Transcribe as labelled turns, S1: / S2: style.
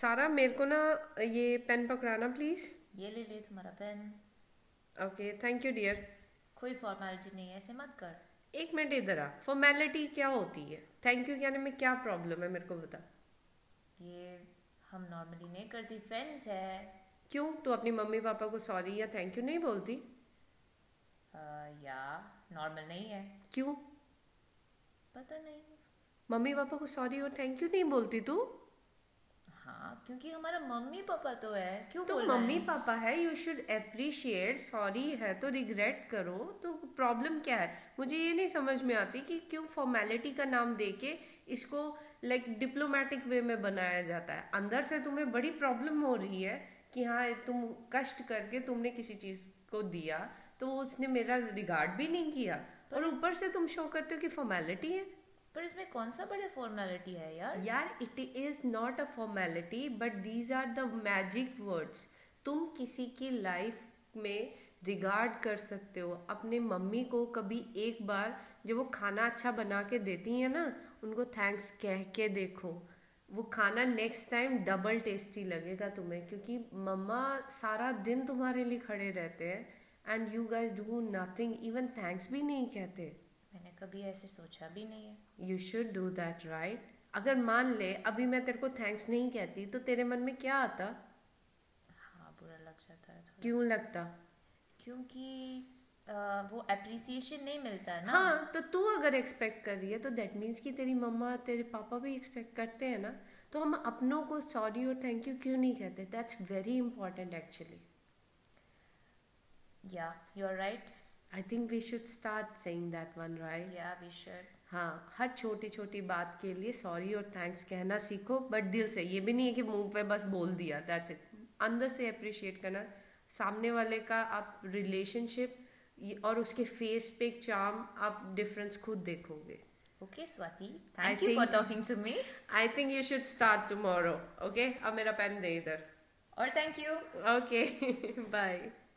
S1: सारा मेरे को ना ये पेन पकड़ाना प्लीज
S2: ये ले ले तुम्हारा pen
S1: okay thank you dear
S2: कोई फॉर्मेलिटी नहीं है ऐसे मत कर
S1: एक मिनट इधर आ फॉर्मेलिटी क्या होती है थैंक यू कहने में क्या प्रॉब्लम है मेरे को बता
S2: ये हम नॉर्मली नहीं करती फ्रेंड्स है
S1: क्यों तू अपनी मम्मी पापा को सॉरी या थैंक यू नहीं बोलती
S2: अ, या नॉर्मल नहीं है
S1: क्यों
S2: पता नहीं
S1: मम्मी पापा को सॉरी और थैंक यू नहीं बोलती तू
S2: हाँ क्योंकि हमारा मम्मी पापा तो है क्यों
S1: तो
S2: बोल
S1: मम्मी पापा है यू शुड अप्रिशिएट सॉरी है तो रिग्रेट करो तो प्रॉब्लम क्या है मुझे ये नहीं समझ में आती कि क्यों फॉर्मेलिटी का नाम देके इसको लाइक डिप्लोमेटिक वे में बनाया जाता है अंदर से तुम्हें बड़ी प्रॉब्लम हो रही है कि हाँ तुम कष्ट करके तुमने किसी चीज को दिया तो उसने मेरा रिगार्ड भी नहीं किया और ऊपर से तुम शो करते हो कि फॉर्मेलिटी है
S2: पर इसमें कौन सा बड़ा फॉर्मेलिटी है यार
S1: यार it is not a formality but these are the magic words तुम किसी की लाइफ में रिगार्ड कर सकते हो अपने मम्मी को कभी एक बार जब वो खाना अच्छा बना के देती हैं ना उनको थैंक्स कह के देखो वो खाना नेक्स्ट टाइम डबल टेस्टी लगेगा तुम्हें क्योंकि मम्मा सारा दिन तुम्हारे लिए खड़े रहते हैं and you guys do nothing even thanks भी नहीं कहते
S2: मैंने कभी ऐसे सोचा भी नहीं है
S1: you should do that right अगर मान ले अभी मैं तेरे को थैंक्स नहीं कहती तो तेरे मन में क्या आता
S2: हाँ बुरा लग जाता है थोड़ा
S1: क्यों लगता
S2: क्योंकि अ, वो अप्रिसिएशन नहीं मिलता है ना
S1: हाँ तो तू अगर एक्सपेक्ट कर रही है तो दैट मीन्स कि तेरी मम्मा तेरे पापा भी एक्सपेक्ट करते हैं ना तो हम अपनों को सॉरी और थैंक यू क्यों नहीं कहते that's very important actually
S2: yeah you are right
S1: I think we should start saying that one right
S2: या वी शुड
S1: हाँ हर छोटी छोटी बात के लिए सॉरी और थैंक्स कहना सीखो बट दिल से ये भी नहीं है कि मुंह पे बस बोल दिया दैट्स इट अंदर से अप्रिशिएट करना सामने वाले का आप रिलेशनशिप और उसके फेस पे चार्म आप डिफरेंस खुद देखोगे
S2: okay Swati thank you
S1: think-
S2: for talking to me
S1: I think you should start tomorrow okay अब मेरा पेन दे इधर
S2: और थैंक यू
S1: ओके बाय